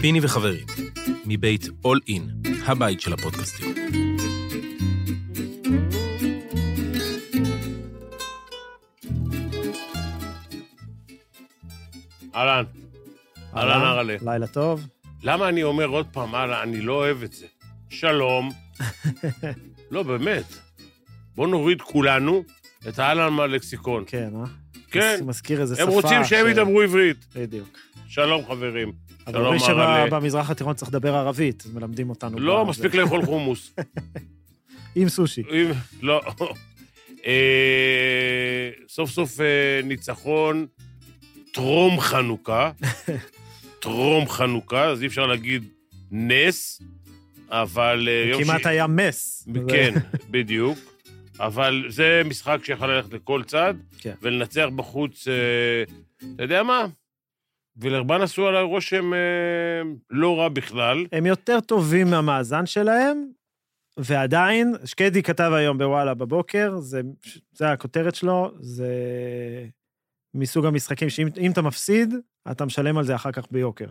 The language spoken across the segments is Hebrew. פיני וחברים, מבית All In, הבית של הפודקאסטים. אהלן, אהלן אהרלה. לילה טוב. למה אני אומר עוד פעם, אהלן, אני לא אוהב את זה. שלום. לא, באמת. בוא נוריד כולנו את האהלן מהלקסיקון. כן, אה? כן, מז- מזכיר איזה שפה. הם רוצים שהם ש- ידברו עברית. בדיוק. שלום, חברים. אבל שלום, אומרים אהרלה. שבמזרח התיכון צריך לדבר ערבית, אז מלמדים אותנו. לא, גם מספיק זה. לאכול חומוס. עם סושי. אם- לא. אה, סוף סוף אה, ניצחון טרום חנוכה. טרום חנוכה, אז אי אפשר להגיד נס, אבל אה, יום כמעט היה מס. זה- כן, בדיוק. אבל זה משחק שיכול ללכת לכל צד, כן. ולנצח בחוץ, אה, אתה יודע מה? ולרבן עשו עליי רושם אה, לא רע בכלל. הם יותר טובים מהמאזן שלהם, ועדיין, שקדי כתב היום בוואלה בבוקר, זה, זה הכותרת שלו, זה מסוג המשחקים שאם אם אתה מפסיד, אתה משלם על זה אחר כך ביוקר.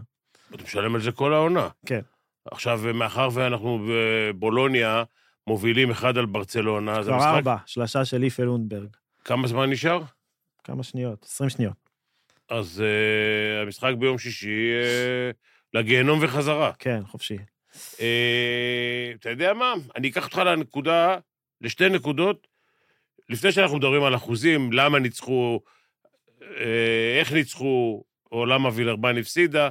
אתה משלם על זה כל העונה. כן. עכשיו, אה, מאחר ואנחנו בבולוניה מובילים אחד על ברצלונה, אז כבר המשחק... ארבע, שלשה של איפה לונדברג. כמה זמן נשאר? כמה שניות? 20 שניות. אז אה, המשחק ביום שישי, אה, לגיהנום וחזרה. כן, חופשי. אה, אתה יודע מה? אני אקח אותך לנקודה, לשתי נקודות, לפני שאנחנו מדברים על אחוזים, למה ניצחו, אה, איך ניצחו, או למה וילרבן הפסידה,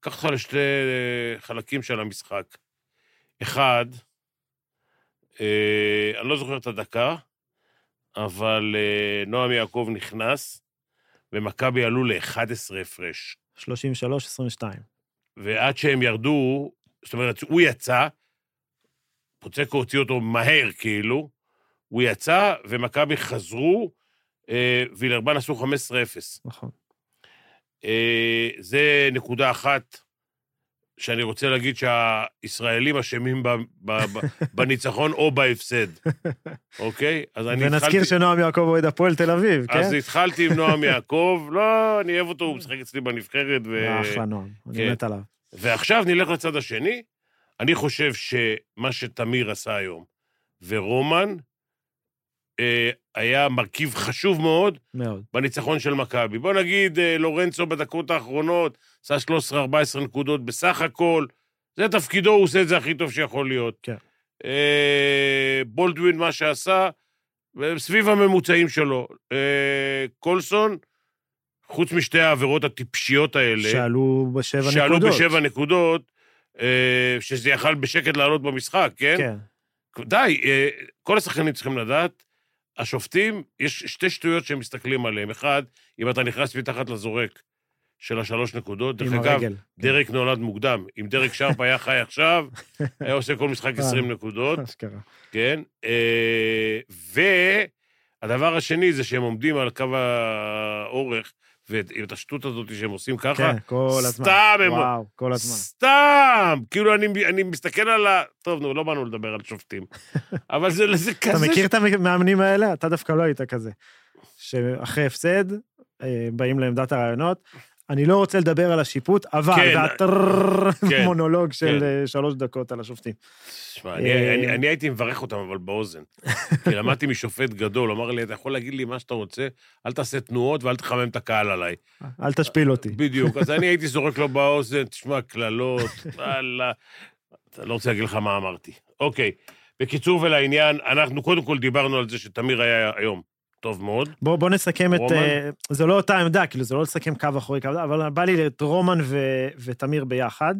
אקח אותך לשתי אה, חלקים של המשחק. אחד, אה, אני לא זוכר את הדקה, אבל אה, נועם יעקב נכנס, ומכבי עלו ל-11 הפרש. 33, 22. ועד שהם ירדו, זאת אומרת, הוא יצא, פוצקו הוציא אותו מהר, כאילו, הוא יצא, ומכבי חזרו, אה, וילרבן עשו 15-0. נכון. אה, זה נקודה אחת שאני רוצה להגיד שהישראלים אשמים ב- ב- ב- בניצחון או בהפסד, אוקיי? אז אני ונזכיר שנועם יעקב אוהד הפועל תל אביב, כן? אז התחלתי עם נועם יעקב, לא, אני אוהב אותו, הוא משחק אצלי בנבחרת, ו... אחלה נועם, כן. אני מת עליו. ועכשיו נלך לצד השני. אני חושב שמה שתמיר עשה היום ורומן אה, היה מרכיב חשוב מאוד מאוד. בניצחון של מכבי. בוא נגיד, אה, לורנצו בדקות האחרונות עשה 13-14 נקודות בסך הכל. זה תפקידו, הוא עושה את זה הכי טוב שיכול להיות. כן. אה, בולדווין, מה שעשה, אה, סביב הממוצעים שלו. אה, קולסון, חוץ משתי העבירות הטיפשיות האלה... שעלו בשבע נקודות. שעלו בשבע נקודות, אה, שזה יכל בשקט לעלות במשחק, כן? כן. די, אה, כל השחקנים צריכים לדעת, השופטים, יש שתי שטויות שהם מסתכלים עליהם. אחד, אם אתה נכנס מתחת לזורק של השלוש נקודות, דרך עם אגב, הרגל. כן. דרק נולד מוקדם. אם דרק שרפ היה חי עכשיו, היה עושה כל משחק 20 נקודות, אשכרה. כן? אה, והדבר השני זה שהם עומדים על קו האורך, ואת השטות הזאת שהם עושים ככה, כן, כל הזמן. סתם הם- וואו, כל הזמן. סתם! כאילו, אני, אני מסתכל על ה... טוב, נו, לא באנו לדבר על שופטים. אבל זה, זה כזה... אתה מכיר את המאמנים האלה? אתה דווקא לא היית כזה. שאחרי הפסד, אה, באים לעמדת הרעיונות. אני לא רוצה לדבר על השיפוט, אבל כן. זה כן. הטרררררררררמונולוג של כן. אה, שלוש דקות על השופטים. תשמע, אני, אה, אני, אני הייתי מברך אותם, אבל באוזן. כי למדתי משופט גדול, אמר לי, אתה יכול להגיד לי מה שאתה רוצה, אל תעשה תנועות ואל תחמם את הקהל עליי. אל תשפיל אותי. בדיוק. אז אני הייתי זורק לו באוזן, תשמע, קללות, וואלה. אתה לא רוצה להגיד לך מה אמרתי. אוקיי. בקיצור ולעניין, אנחנו קודם כל דיברנו על זה שתמיר היה היום טוב מאוד. בוא, בוא נסכם את... רומן? אה, זה לא אותה עמדה, כאילו, זה לא לסכם קו אחורי, קו... אבל בא לי את רומן ו, ותמיר ביחד.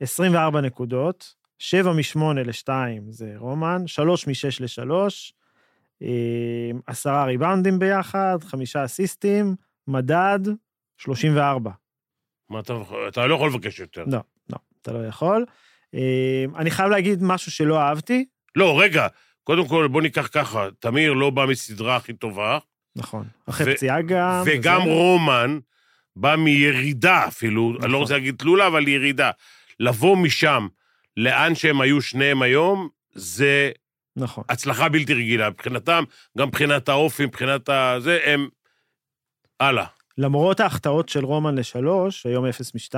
24 נקודות, 7 מ-8 ל-2 זה רומן, 3 מ-6 ל-3, 10 אה, ריבאונדים ביחד, 5 אסיסטים, מדד, 34. מה אתה, אתה לא יכול לבקש יותר. לא. אתה לא יכול. אה, אני חייב להגיד משהו שלא אהבתי. לא, רגע, קודם כל בוא ניקח ככה, תמיר לא בא מסדרה הכי טובה, נכון. אחרי ו- פציעה גם. וגם וזה- רומן בא מירידה אפילו, אני לא נכון. רוצה להגיד תלולה, אבל ירידה. לבוא משם לאן שהם היו שניהם היום, זה נכון. הצלחה בלתי רגילה מבחינתם, גם מבחינת האופי, מבחינת ה... זה, הם... הלאה. למרות ההחטאות של רומן לשלוש, היום 0 מ-2,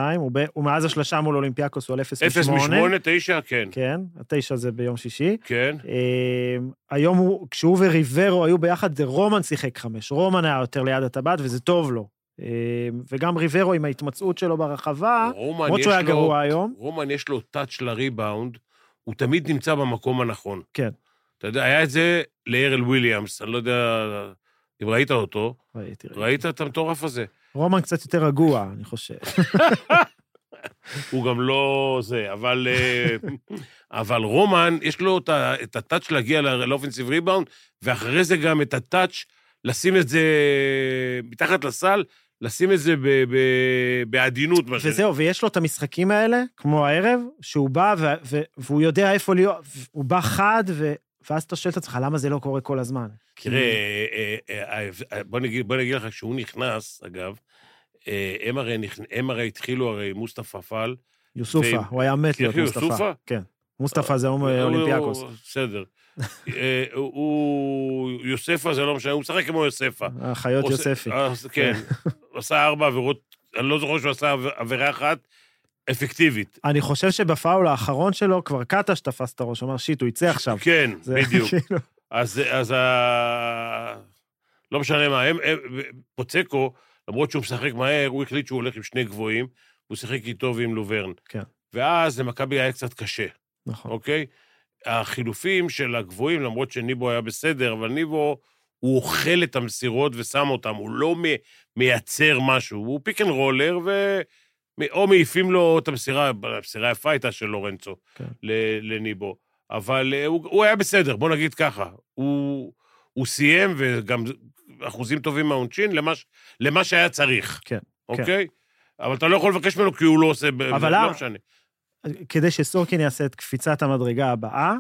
ומאז השלשה מול אולימפיאקוס הוא על 0 אפס מ-8. משמונה, תשע, כן. כן, התשע זה ביום שישי. כן. אמ, היום הוא, כשהוא וריברו היו ביחד, זה רומן שיחק חמש. רומן היה יותר ליד הטבעת, וזה טוב לו. אמ, וגם ריברו עם ההתמצאות שלו ברחבה, רומן, אה. למרות יש שהוא היה לו- גרוע היום. רומן, יש לו טאץ' לריבאונד, הוא תמיד נמצא במקום הנכון. כן. אתה יודע, היה את זה לארל וויליאמס, אני לא יודע אם ראית אותו. ראיתי, ראיתי. ראית את המטורף הזה? רומן קצת יותר רגוע, אני חושב. הוא גם לא זה, אבל, אה, אבל רומן, יש לו את ה- את הטאץ' להגיע לא- לאופנסיב ריבאונד, ואחרי זה גם את הטאץ' לשים את זה מתחת לסל, לשים את זה ב- ב- בעדינות, מה שנקרא. וזהו, ויש לו את המשחקים האלה, כמו הערב, שהוא בא ו- ו- והוא יודע איפה להיות, הוא בא חד, ו- ואז אתה שואל את עצמך, למה זה לא קורה כל הזמן? תראה, אה, אה, אה, בוא נגיד- בוא נגיד לך, כשהוא נכנס, אגב, אה, הם הרי נכנ- הם הרי התחילו, הרי מוסטפא פעל. יוסופה, ואם- הוא היה מת להיות כאילו, מוסטפא. יוסופה? אה, כן. מוסטפא זה הום- הוא- אה, אולימפיאקוס. בסדר. אה, הוא- הוא... יוספה זה לא משנה, הוא משחק כמו יוספה. החיות אה, עושה- יוספי. אז- כן. הוא עשה ארבע עבירות, אני לא זוכר שהוא עשה עב- עבירה אחת אפקטיבית. אני חושב שבפאול האחרון שלו כבר קטש תפס את הראש, אמר, שיט, הוא יצא עכשיו. כן, זה בדיוק. כאילו- אז, אז ה... לא משנה מה, הם, הם, פוצקו, למרות שהוא משחק מהר, הוא החליט שהוא הולך עם שני גבוהים, הוא שיחק איתו ועם לוברן. כן. ואז למכבי היה קצת קשה, נכון. אוקיי? החילופים של הגבוהים, למרות שניבו היה בסדר, אבל ניבו, הוא אוכל את המסירות ושם אותם, הוא לא מ, מייצר משהו, הוא פיק אנד רולר, ו... או מעיפים לו את המסירה, המסירה היפה הייתה של לורנצו כן. כן. לניבו. אבל אה, הוא, הוא היה בסדר, בוא נגיד ככה. הוא, הוא סיים, וגם אחוזים טובים מהעונשין, למה, ש- למה שהיה צריך. כן, אוקיי? אבל אתה לא יכול לבקש ממנו כי הוא לא עושה... ב- אבל לא ה- משנה. כדי שסורקין יעשה את קפיצת המדרגה הבאה,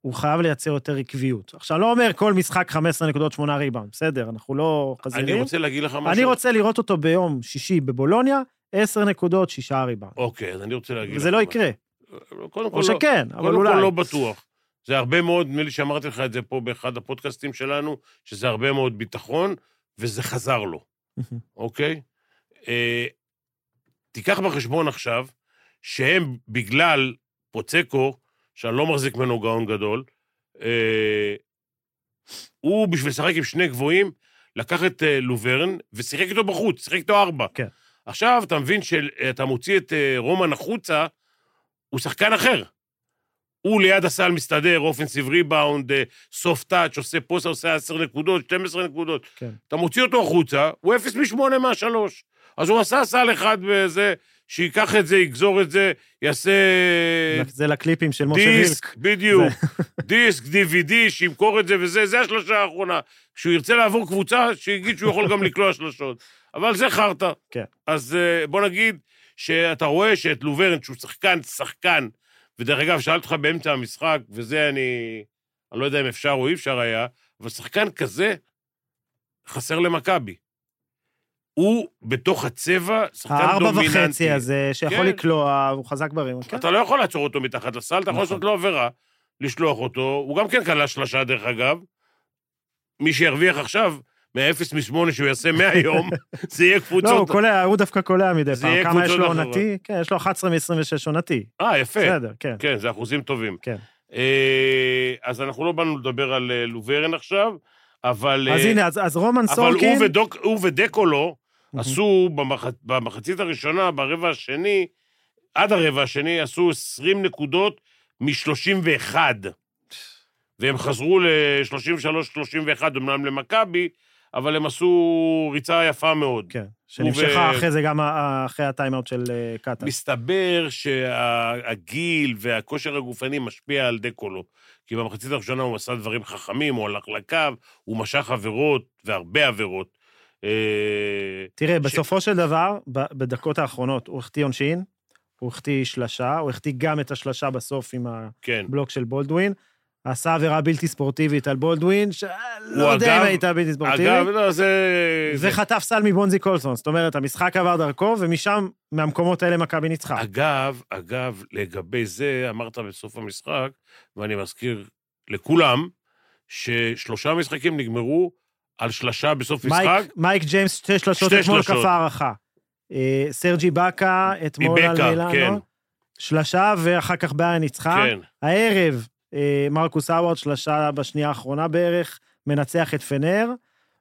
הוא חייב לייצר יותר עקביות. עכשיו, לא אומר כל משחק 15.8 ריבאונד, בסדר, אנחנו לא אני חזירים. רוצה להגיד לך משהו. אני רוצה לראות אותו ביום שישי בבולוניה, 10 נקודות, 6 ריבאונד. אוקיי, אז אני רוצה להגיד לך וזה לא משהו. יקרה, קודם כל, לא, או שכן, אבל קודם כל אולי. לא בטוח. זה הרבה מאוד, נדמה לי שאמרתי לך את זה פה באחד הפודקאסטים שלנו, שזה הרבה מאוד ביטחון, וזה חזר לו. אוקיי? אה, תיקח בחשבון עכשיו שהם, בגלל פוצקו, שאני לא מחזיק ממנו גאון גדול, אה, הוא, בשביל לשחק עם שני גבוהים, לקח את אה, לוברן ושיחק איתו בחוץ, שיחק איתו ארבע. כן. עכשיו אתה מבין שאתה מוציא את אה, רומן החוצה, הוא שחקן אחר. הוא ליד הסל מסתדר, אופנסיב ריבאונד, אה, סוף טאץ', עושה פוסט, עושה 10 נקודות, 12 נקודות. כן. אתה מוציא אותו החוצה, הוא 0 מ-8 מהשלוש. אז הוא עשה סל אחד וזה, שייקח את זה, יגזור את זה, יעשה זה לקליפים של משה לא- דיסק, וילק. בדיוק, דיסק, DVD, שימכור את זה וזה, זה השלושה האחרונה. כשהוא ירצה לעבור קבוצה, שיגיד שהוא יכול גם לקלוע שלושות. אבל זה חרטא. כן. אז אה, בוא נגיד שאתה רואה שאת לוברן, שהוא שחקן, שחקן, ודרך אגב, שאלתי אותך באמצע המשחק, וזה אני... אני לא יודע אם אפשר או אי אפשר היה, אבל שחקן כזה חסר למכבי. הוא בתוך הצבע שחקן הארבע דומיננטי. וחצי הזה, שיכול כן. לקלוע, הוא חזק בריאות. כן. אתה לא יכול לעצור אותו מתחת לסל, אתה יכול נכון. לעשות לו עבירה, לשלוח אותו, הוא גם כן כלה שלושה דרך אגב. מי שירוויח עכשיו, מהאפס משמונה שהוא יעשה מהיום, זה יהיה לא, הוא קבוצות... קולע, הוא דווקא קולע מדי זה פעם. יהיה כמה יש קבוצות לו אחרות. עונתי? כן, יש לו 11 מ-26 עונתי. אה, יפה. בסדר, כן. כן, זה אחוזים טובים. כן. אה, אז אנחנו לא באנו לדבר על אה, לוברן עכשיו, אבל... אז אה, הנה, אז אז רומן אבל סורקין... הוא ודוק- הוא ודקולו מהמם. עשו במח- במחצית הראשונה, ברבע השני, עד הרבע השני, עשו 20 נקודות מ-31. והם חזרו ל-33-31, אמנם למכבי, אבל הם עשו ריצה יפה מאוד. כן, שנמשכה אחרי זה גם ה- ה- אחרי הטיימאוט של אה, קטן. מסתבר שהגיל והכושר הגופני משפיע על דקולו. כי במחצית הראשונה הוא עשה דברים חכמים, הוא הלך לקו, הוא משך עבירות, והרבה עבירות. אה, תראה, ש- בסופו של דבר, ב- בדקות האחרונות, הוא החטיא עונשין, הוא החטיא שלשה, הוא החטיא גם את השלשה בסוף עם כן. הבלוק של בולדווין, עשה עבירה בלתי ספורטיבית על בולדווין, שלא הוא יודע אם אגב- הייתה בלתי אגב, ספורטיבית, לא, זה... זה- וחטף סל מבונזי קולסון, זאת אומרת, המשחק עבר דרכו, ומשם, מהמקומות האלה מכבי ניצחה. אגב, אגב, לגבי זה, אמרת בסוף המשחק, ואני מזכיר לכולם, ששלושה משחקים נגמרו על שלשה בסוף משחק, מייק, מייק ג'יימס, שתי שלשות שתי אתמול שלשות. כף הערכה. אה, סרג'י בקה אתמול על מבקע, מילאנו. כן. שלשה, ואחר כך בעיה ניצחה. כן. הערב, אה, מרקוס האווארד, שלשה בשנייה האחרונה בערך, מנצח את פנר.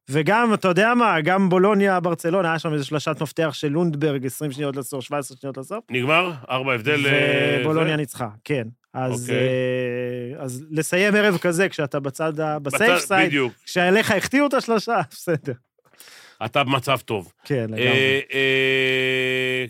וגם, אתה יודע מה, גם בולוניה, ברצלונה, היה שם איזו שלשת מפתח של לונדברג, 20 שניות לסוף, 17 שניות לסוף. נגמר, ארבע הבדל... אה, ובולוניה זה. ניצחה, כן. אז, אוקיי. אה, אז לסיים ערב כזה, כשאתה בצד, ה- בסייף בצד- סייד, בדיוק. כשעליך החטיאו את השלושה, בסדר. אתה במצב טוב. כן, לגמרי. אה, אה,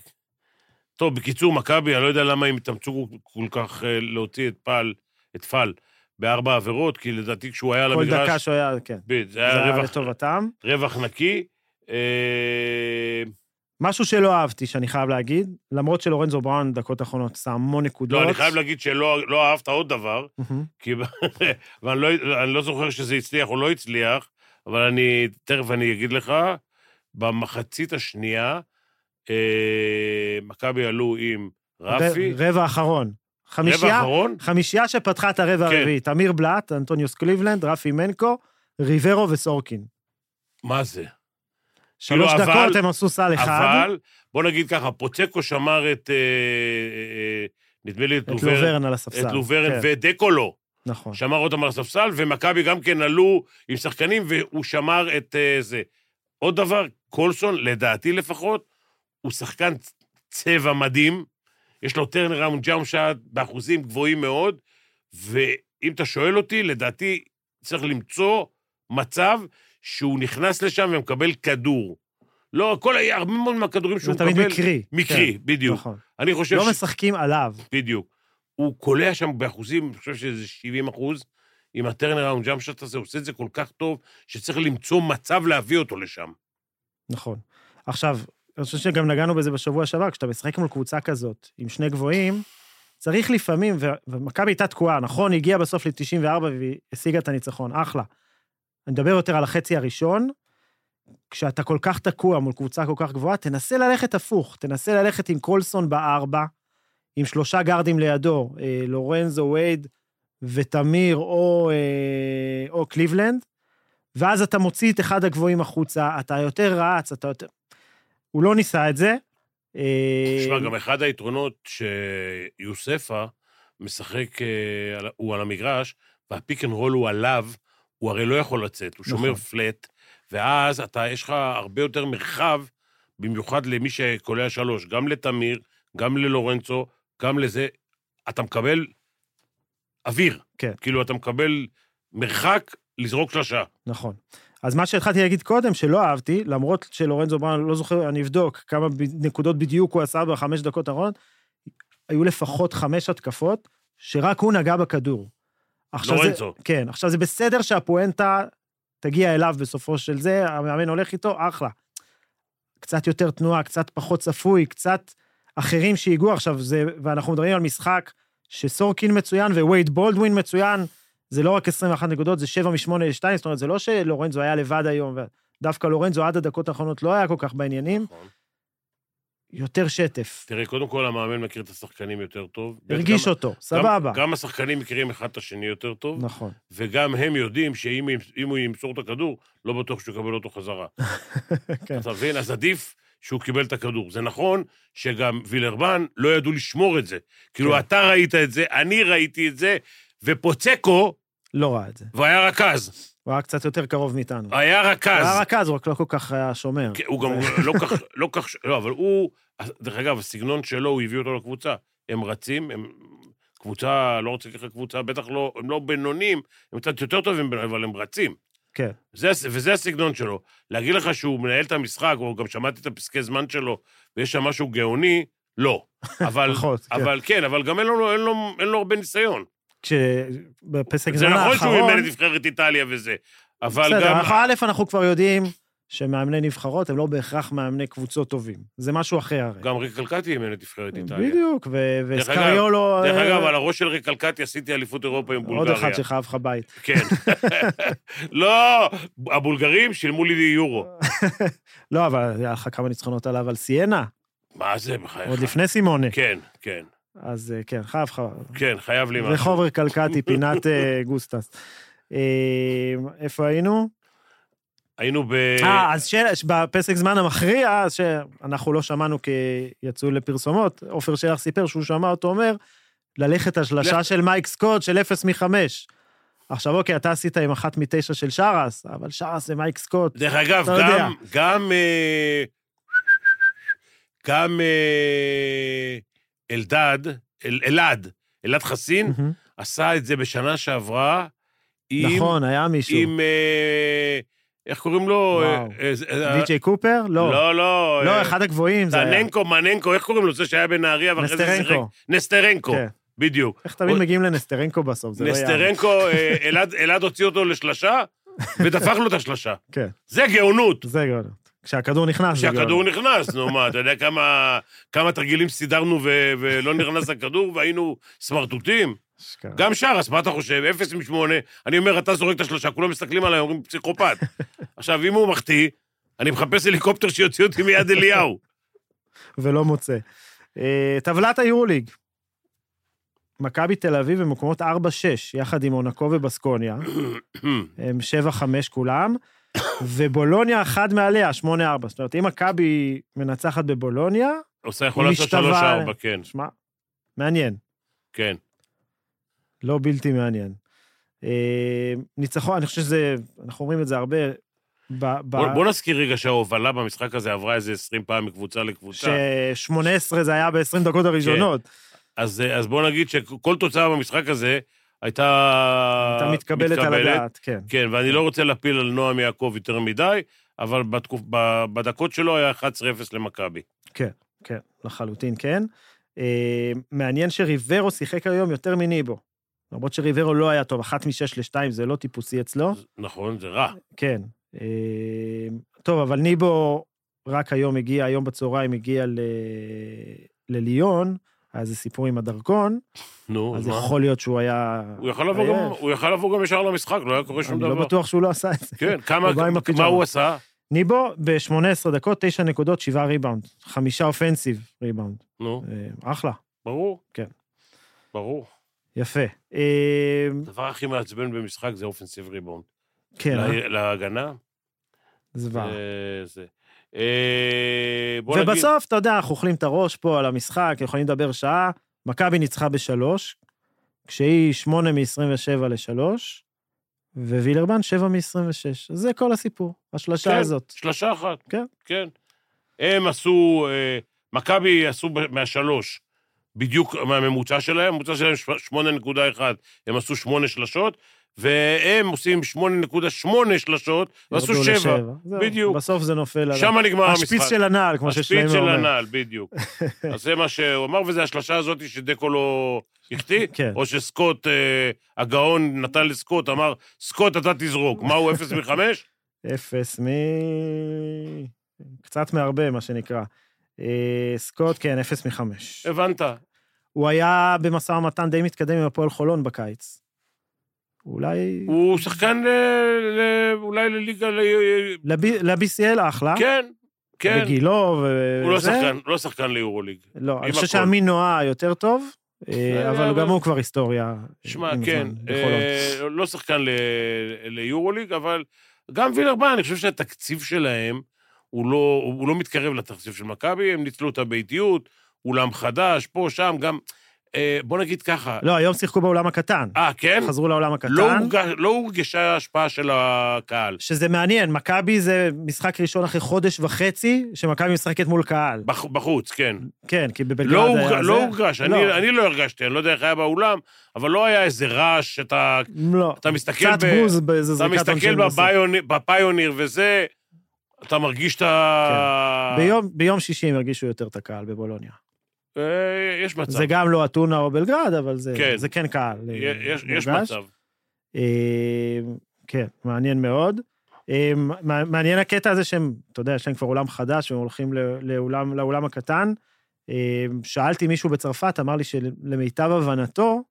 טוב, בקיצור, מכבי, אני לא יודע למה הם התאמצו כל כך אה, להוציא את פעל, את פעל, בארבע עבירות, כי לדעתי כשהוא היה על כל המגרש... דקה שהוא היה, כן. בדיוק, זה זה היה היה רווח- לטובתם. רווח נקי. אה, משהו שלא אהבתי, שאני חייב להגיד, למרות שלורנזו בראון, דקות אחרונות, שם המון נקודות. לא, אני חייב להגיד שלא לא אהבת עוד דבר, מהמם. כי... ואני לא, אני לא זוכר שזה הצליח או לא הצליח, אבל אני, תכף אני אגיד לך, במחצית השנייה, אה, מכבי עלו עם רפי, ר- רבע אחרון. רבע חמישייה, אחרון, חמישייה שפתחה את הרבע כן. הרביעי, תמיר בלאט, אנטוניוס קליבלנד, רפי מנקו, ריברו וסורקין. מה זה? שלוש כאילו, אבל- דקות הם עשו סל אחד, אבל, בוא נגיד ככה, פוצקו שמר את, אה, אה, נדמה לי, את את לוברן, לוברן על הספסל. את לוברן כן, ודקו לא. נכון. שמר אותם על הספסל, ומכבי גם כן עלו עם שחקנים, והוא שמר את אה, זה. עוד דבר, קולסון, לדעתי לפחות, הוא שחקן צ- צבע מדהים, יש לו טרנראונד ג'אמפ שעט באחוזים גבוהים מאוד, ואם אתה שואל אותי, לדעתי צריך למצוא מצב שהוא נכנס לשם ומקבל כדור. לא, כל, הרבה מאוד מהכדורים זה שהוא תמיד מקבל... מקרי. מקרי, כן, בדיוק. נכון. אני חושב לא ש... משחקים עליו. בדיוק. הוא קולע שם באחוזים, אני חושב שזה 70 אחוז, עם הטרנראונד ג'אמפ שאט הזה, הוא עושה את זה כל כך טוב, שצריך למצוא מצב להביא אותו לשם. נכון. עכשיו, אני חושב שגם נגענו בזה בשבוע שעבר, כשאתה משחק מול קבוצה כזאת, עם שני גבוהים, צריך לפעמים, ו- ומכבי הייתה תקועה, נכון, היא הגיעה בסוף ל-94 והיא השיגה את הניצחון, אחלה. אני מדבר יותר על החצי הראשון, כשאתה כל כך תקוע מול קבוצה כל כך גבוהה, תנסה ללכת הפוך, תנסה ללכת עם קולסון בארבע, עם שלושה גארדים לידו, אה, לורנזו, וייד ותמיר או, אה, או קליבלנד, ואז אתה מוציא את אחד הגבוהים החוצה, אתה יותר רץ, אתה יותר... הוא לא ניסה את זה. אה, תשמע, גם אחד היתרונות שיוספה משחק, אה, על- הוא על המגרש, והפיק אנד רול הוא עליו, הוא הרי לא יכול לצאת, הוא שומר נכון. פלט, ואז אתה, יש לך הרבה יותר מרחב, במיוחד למי שקולע שלוש, גם לתמיר, גם ללורנצו, גם לזה, אתה מקבל אוויר. כן. כאילו, אתה מקבל מרחק לזרוק שלושה. נכון. אז מה שהתחלתי להגיד קודם, שלא אהבתי, למרות שלורנזו בראון, לא זוכר, אני אבדוק כמה ב- נקודות בדיוק הוא עשה בחמש דקות האחרונות, היו לפחות חמש התקפות, שרק הוא נגע בכדור. עכשיו לורנזו. זה, כן, עכשיו זה בסדר שהפואנטה תגיע אליו בסופו של זה, המאמן הולך איתו, אחלה. קצת יותר תנועה, קצת פחות צפוי, קצת אחרים שהיגעו עכשיו, זה, ואנחנו מדברים על משחק שסורקין מצוין ווייד בולדווין מצוין, זה לא רק 21 נקודות, זה 7 מ-8 ל-2, זאת אומרת, זה לא שלורנזו היה לבד היום, ודווקא לורנזו עד הדקות האחרונות לא היה כל כך בעניינים, נכון. יותר שטף. תראה, קודם כל, המאמן מכיר את השחקנים יותר טוב. הרגיש גם- אותו, גם- סבבה. גם השחקנים מכירים אחד את השני יותר טוב. נכון. וגם הם יודעים שאם אם הוא ימסור את הכדור, לא בטוח שהוא יקבל אותו חזרה. כן. אתה מבין? אז עדיף שהוא קיבל את הכדור. זה נכון שגם וילרבן לא ידעו לשמור את זה. כאילו, כן. אתה ראית את זה, אני ראיתי את זה, ופוצקו, לא ראה את זה. והיה רכז. הוא היה קצת יותר קרוב מאיתנו. הוא היה רכז. היה רכז, הוא רק לא כל כך היה שומר. אה, כן, הוא גם לא כך, לא כך, ש- לא, אבל הוא, דרך אגב, הסגנון שלו, הוא הביא אותו לקבוצה. הם רצים, הם קבוצה, לא רוצה לקחת קבוצה, בטח לא, הם לא בינונים, הם קצת יותר טובים, אבל הם רצים. כן. זה, הס- וזה הסגנון שלו. להגיד לך שהוא מנהל את המשחק, או גם שמעתי את הפסקי זמן שלו, ויש שם משהו גאוני, לא. אבל, פחות, כן. אבל כן, אבל גם אין לו, אין לו, אין לו הרבה ניסיון. כשבפסק זה זמן נכון שהוא האחרון... אימן את נבחרת איטליה וזה, אבל בסדר, גם... אנחנו- א', אנחנו כבר יודעים שמאמני נבחרות הם לא בהכרח מאמני קבוצות טובים. זה משהו אחר הרי. גם ריקי קלקטי אימן את נבחרת איטליה. בדיוק, ו- דרך אגב- וסקריולו... דרך אה, אגב, על הראש של רקלקטי עשיתי אליפות אירופה עם עוד בולגריה. אחד שחייב לך בית. כן. לא, הבולגרים שילמו לי אה. יורו. לא, אבל היה לך כמה ניצחונות עליו על סיינה, מה זה, בחייך? עוד לפני סימונה. כן, כן, אז אה, כן, חייב לך. כן, חייב לי משהו. רחוב רקלקטי, פינת אה, גוסטס. אה, איפה היינו? היינו ב... אה, אז שאלה, בפסק זמן המכריע, אז שאנחנו לא שמענו כי יצאו לפרסומות, עופר שלח סיפר שהוא שמע אותו אומר, ללכת השלשה לך- של מייק סקוט של 0 מ-5. עכשיו, אוקיי, אתה עשית עם אחת מתשע של שרס, אבל שרס ומייק סקוט. דרך אגב, אתה יודע. גם... גם... אה, גם אה, אלדד, אל- אלעד, אלעד חסין, מהמם. עשה את זה בשנה שעברה עם... נכון, היה מישהו. עם... אה, איך קוראים לו? וואו. אה, אה, אה, די.ג'יי קופר? לא. לא, לא. לא, אה, אחד הגבוהים זה היה. טננקו, מננקו, איך קוראים לו? זה שהיה בנהריה ואחרי זה שיחק. נסטרנקו. נסטרנקו, כן. בדיוק. איך תמיד עוד- מגיעים לנסטרנקו בסוף, זה לא יאמן. נסטרנקו, אה, אלעד- אלעד הוציא אותו לשלשה, ודפק לו את השלשה. כן. זה גאונות. זה גאונות. כשהכדור נכנס, זה כשהכדור גאונות. נכנס, נו מה, אתה יודע כמה, כמה תרגילים סידרנו ו- ולא נכנס הכדור והיינו סמרטוטים? אשכרה. גם שרס, מה אתה חושב? אפס משמונה. אני אומר, אתה זורק את השלושה, כולם מסתכלים עליי, אומרים, פסיכופת. עכשיו, אם הוא מחטיא, אני מחפש הליקופטר שיוציא אותי מיד אליהו. ולא מוצא. אה, טבלת היורוליג. מכבי תל אביב במקומות 4-6, יחד עם עונקו ובסקוניה. הם 7-5 כולם, ובולוניה אחת מעליה, 8-4. זאת אומרת, אם מכבי מנצחת בבולוניה, עושה יכול אם לעשות השתווה- שלוש ארבע, כן, שמע, מעניין, כן. לא בלתי מעניין. אה, ניצחון, אני חושב שזה, אנחנו אומרים את זה הרבה, ב... ב- בוא, בוא נזכיר רגע שההובלה במשחק הזה עברה איזה 20 פעם מקבוצה לקבוצה. ש-18 זה היה ב-20 כן. דקות הראשונות. אז, אז בוא נגיד שכל תוצאה במשחק הזה הייתה... אה, אתה מתקבלת על הדעת, כן. כן, ואני לא רוצה להפיל על נועם יעקב יותר מדי, אבל בתקופ... ב- בדקות שלו היה 11-0 למכבי. כן, לחלוטין כן. אה, מעניין שריברו שיחק היום יותר מניבו. למרות שריברו לא היה טוב, אחת משש לשתיים זה לא טיפוסי אצלו. אז נכון, זה רע. כן. אה, טוב, אבל ניבו רק היום הגיע, היום בצהריים הגיע ל... לליון, היה איזה סיפור עם הדרכון, נו, אז אז מה? יכול להיות שהוא היה... הוא יכל לבוא גם- עייף. הוא יכל לבוא גם ישר למשחק, לא היה קורה שום אני דבר. לא בטוח שהוא לא עשה את זה. כן, כמה, הוא בא עם מה הפיג'מה. הוא עשה? ניבו, ב-18 דקות, 9 נקודות, 7 ריבאונד. חמישה אופנסיב ריבאונד. נו, אה, אחלה, ברור. כן. ברור. יפה. אה, הדבר הכי מעצבן במשחק זה אופנסיב ריבאונד. כן, אה? לה- להגנה? זוועה. אה, זה. אה, בוא נגיד... ובסוף, אתה יודע, אנחנו אוכלים את הראש פה על המשחק, יכולים לדבר שעה. מכבי ניצחה בשלוש, כשהיא שמונה מ-27 לשלוש, ווילרבן שבע מ-26. זה כל הסיפור, השלשה כן, הזאת. שלושה אחת. כן. כן. הם עשו, אה, מכבי עשו ב- מהשלוש, בדיוק מהממוצע שלהם, הממוצע שלהם ש- 8.1, הם עשו שמונה שלשות, והם עושים 8.8 שלשות, ועשו ירדו שבע. לשבע. זהו, בדיוק. בסוף זה נופל על... שם נגמר המשחק. השפיץ של הנעל, כמו השפיץ ששלמה של אומר. הנעל, בדיוק. אז זה מה שהוא אמר, וזו השלשה הזאת שדקו לא החטיא, כן. או שסקוט, אה, הגאון נתן לסקוט, אמר, סקוט, אתה תזרוק. מה הוא, אפס מחמש? אפס מ... קצת מהרבה, מה שנקרא. אה, סקוט, כן, אפס מחמש. הבנת. הוא היה במשא ומתן די מתקדם עם הפועל חולון בקיץ. אולי... הוא שחקן ל- ל- אולי לליגה... ל- אה, לב- ל-BCL אחלה. כן, כן. בגילו ו... הוא לא אה? זה. שחקן, לא שחקן ליורוליג. לא, אני עם חושב הכל. שעמין נועה יותר טוב, אה, אה, אבל אבל- גם הוא כבר היסטוריה. שמע, עם כן, הזמן, אה, בחולון. לא שחקן ל- ליורוליג, אבל גם וילרבן, אני חושב שהתקציב שלהם, הוא לא, הוא לא מתקרב לתקציב של מכבי, הם ניצלו את הביתיות, אולם חדש, פה, שם, גם... אה, בוא נגיד ככה, לא, היום שיחקו באולם הקטן. אה, כן? חזרו לאולם הקטן. לא הורגש- לא הורגשה ההשפעה של הקהל. שזה מעניין, מכבי זה משחק ראשון אחרי חודש וחצי, שמכבי משחקת מול קהל. בח- בחוץ, כן. כן, כי בבלגרד לא, היה הורג... זה. לא הורגש, אני, לא. אני לא הרגשתי, אני לא יודע איך היה באולם, אבל לא היה איזה רעש, אתה, לא. אתה מסתכל, קצת בוז באיזה אתה זריקת מסתכל עונשין בסוף. בביוניר, בפיוניר וזה, אתה מרגיש את ה... כן. ביום- ביום שישי הם הרגישו יותר את הקהל בבולוניה. אה, יש מצב, זה גם לא אתונה או בלגרד, אבל זה כן. זה כן קהל. אה, י- יש, יש מורגש. מצב. אה, כן, מעניין מאוד. אה, מע- מעניין הקטע הזה שהם, אתה יודע, יש להם כבר אולם חדש, והם הולכים לא- לאולם, לאולם הקטן. אה, שאלתי מישהו בצרפת, אמר לי שלמיטב הבנתו,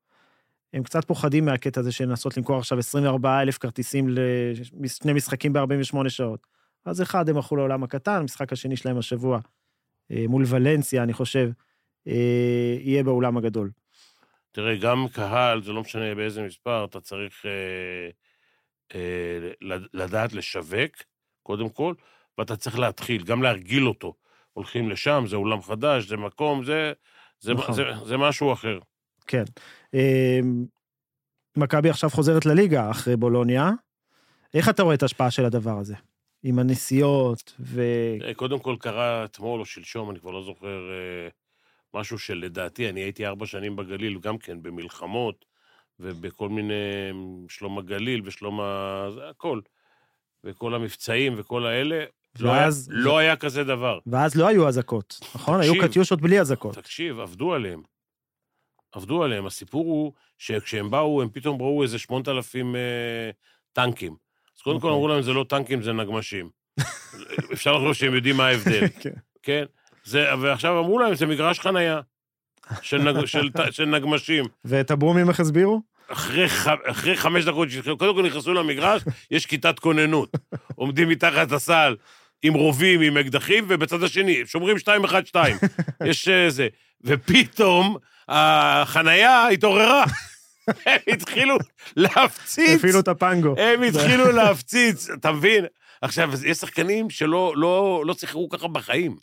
הם קצת פוחדים מהקטע הזה של לנסות למכור עכשיו 24 אלף כרטיסים לשני משחקים ב-48 שעות. אז אחד, הם הלכו לעולם הקטן, המשחק השני שלהם השבוע, אה, מול ולנסיה, אני חושב, אה, יהיה באולם הגדול. תראה, גם קהל, זה לא משנה באיזה מספר, אתה צריך אה, אה, לד- לדעת לשווק קודם כל, ואתה צריך להתחיל, גם להרגיל אותו. הולכים לשם, זה אולם חדש, זה מקום, זה, זה, נכון. זה, זה משהו אחר. כן. אמ, מכבי עכשיו חוזרת לליגה אחרי בולוניה. איך אתה רואה את ההשפעה של הדבר הזה? עם הנסיעות ו... אה, קודם כל קרה אתמול או שלשום, אני כבר לא זוכר, אה, משהו שלדעתי, אני הייתי ארבע שנים בגליל, גם כן, במלחמות, ובכל מיני אה, שלום הגליל ושלום ה... זה הכל. וכל המבצעים וכל האלה, לא היה, ואז- לא היה כזה דבר. ואז לא היו אזעקות, נכון? היו תקשיב. קטיושות בלי אזעקות. תקשיב, עבדו עליהם. עבדו עליהם. הסיפור הוא שכשהם באו, הם פתאום ראו איזה 8,000 אה, טנקים. אז קודם כל אוקיי. אמרו להם, זה לא טנקים, זה נגמשים. אפשר לחשוב שהם יודעים מה ההבדל, כן. כן? זה, ועכשיו אמרו להם, זה מגרש חנייה של, נג, של, ט- של נגמשים. ואת הברומים איך הסבירו? אחרי, ח, אחרי חמש דקות, שהתחילו- קודם כל נכנסו למגרש, יש כיתת כוננות. עומדים מתחת לסל עם רובים, עם אקדחים, ובצד השני, שומרים 2-1-2. יש אה, זה. ופתאום החנייה התעוררה. הם התחילו להפציץ. הפעילו את הפנגו. הם התחילו להפציץ, אתה מבין? עכשיו, אז יש שחקנים שלא לא, לא שיחקו ככה בחיים.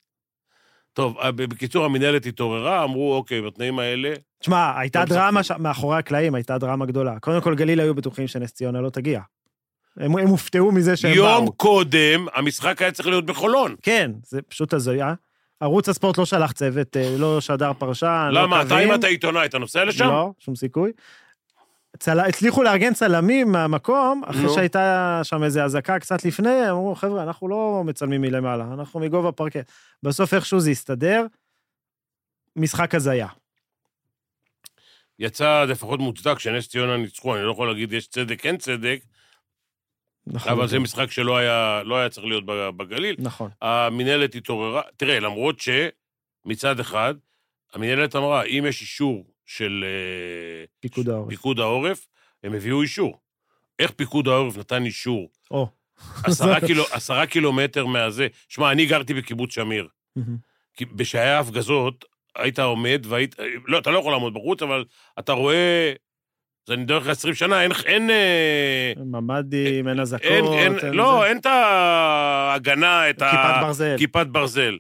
טוב, אה, בקיצור, המינהלת התעוררה, אמרו, אוקיי, בתנאים האלה, תשמע, הייתה לא דרמה ש... משחקים. מאחורי הקלעים, הייתה דרמה גדולה. קודם כל, גליל היו בטוחים שנס ציונה לא תגיע. הם, הם הופתעו מזה שהם יום באו. קודם, המשחק היה צריך להיות בחולון. כן, זה פשוט הזויה. ערוץ הספורט לא שלח צוות, אה, לא שדר פרשן, לא למה? אתה, אם קווים. אתה עיתונאי, אתה נוסע לשם? לא, שום סיכוי. צל... הצליחו לארגן צלמים מהמקום, אחרי נו. שהייתה שם איזו אזעקה קצת לפני, אמרו, חבר'ה, אנחנו לא מצלמים מלמעלה, אנחנו מגובה פרקט. בסוף איכשהו זה הסתדר, משחק הזיה. יצא לפחות מוצדק שנס ציונה ניצחו, אני לא יכול להגיד יש צדק, אין צדק, נכון. אבל זה משחק שלא היה, לא היה צריך להיות ב- בגליל. נכון. המינהלת התעוררה, תראה, למרות שמצד אחד, המינהלת אמרה, אם יש אישור של אה, פיקוד העורף. פיקוד העורף, הם הביאו אישור. איך פיקוד העורף נתן אישור? או. עשרה, קילו, עשרה קילומטר מהזה. שמע, אני גרתי בקיבוץ שמיר. מהמם. כי בשהיה ההפגזות, היית עומד והיית... לא, אתה לא יכול לעמוד בחוץ, אבל אתה רואה... זה אני מדבר לך 20 שנה, אין... אין, אה, ממ"דים, אין אזעקות. אין, אין, לא, זה. אין את ההגנה, את כיפת ה... ברזל. כיפת ברזל.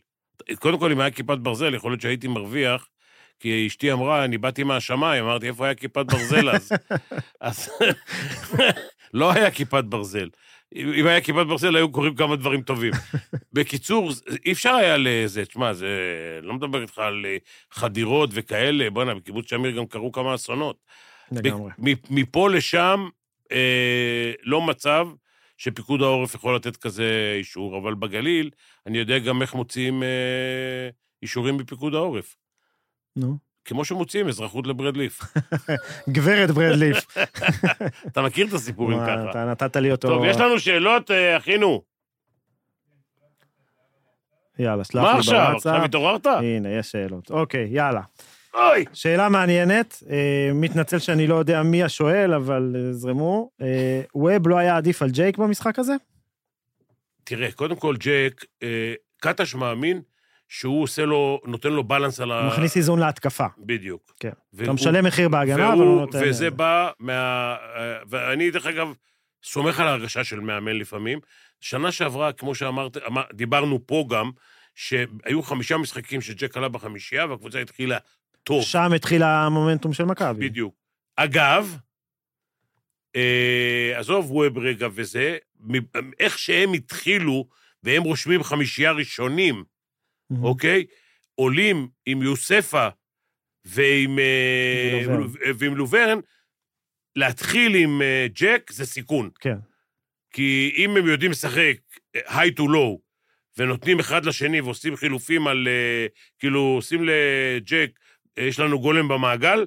קודם כל, אם היה כיפת ברזל, יכול להיות שהייתי מרוויח, כי אשתי אמרה, אני באתי מהשמיים, אמרתי, איפה היה כיפת ברזל אז? אז לא היה כיפת ברזל. אם אם היה כיפת ברזל, היו קורים כמה דברים טובים. בקיצור, זה- אי אפשר היה לזה, תשמע, זה... לא מדבר איתך על אה, חדירות וכאלה, בוא'נה, בקיבוץ שמיר גם קרו כמה אסונות. לגמרי. מ- מפה לשם, אה, לא מצב שפיקוד העורף יכול לתת כזה אישור, אבל בגליל, אני יודע גם איך מוציאים אה, אישורים מפיקוד העורף. נו. כמו שמוציאים אזרחות לברדליף. גברת ברדליף. אתה מכיר את הסיפורים מה, ככה. אתה נתת לי אותו. טוב, יש לנו שאלות, אה, אחינו. יאללה, שלח לי מה עכשיו? בוואטסאפ. אה. עכשיו התעוררת? הנה, יש שאלות. אוקיי, יאללה. אוי! שאלה מעניינת, אה, מתנצל שאני לא יודע מי השואל, אבל אה, זרמו. אה, ווב לא היה עדיף על ג'ייק במשחק הזה? אה. תראה, קודם כל, ג'ק, אה, קטש מאמין שהוא עושה לו, נותן לו בלנס על ה... הוא מכניס איזון להתקפה. בדיוק. כן. אתה והוא- משלם מחיר בהגנה, אבל הוא והוא, נותן... אה, וזה בא מה... אה, ואני, דרך אגב, סומך על ההרגשה של מאמן לפעמים. שנה שעברה, כמו שאמרת, אמר, דיברנו פה גם, שהיו חמישה משחקים שג'ק עלה בחמישייה, והקבוצה התחילה טוב, שם התחיל המומנטום של מכבי. בדיוק. אגב, אה, עזוב ווב רגע וזה, מ- איך שהם התחילו, והם רושמים חמישייה ראשונים, מהמם. אוקיי? עולים עם יוספה ועם, אה, ולוברן. ועם לוברן, להתחיל עם אה, ג'ק זה סיכון. כן. כי אם הם יודעים לשחק היי טו לואו, ונותנים אחד לשני ועושים חילופים על, אה, כאילו, עושים לג'ק, אה, יש לנו גולם במעגל,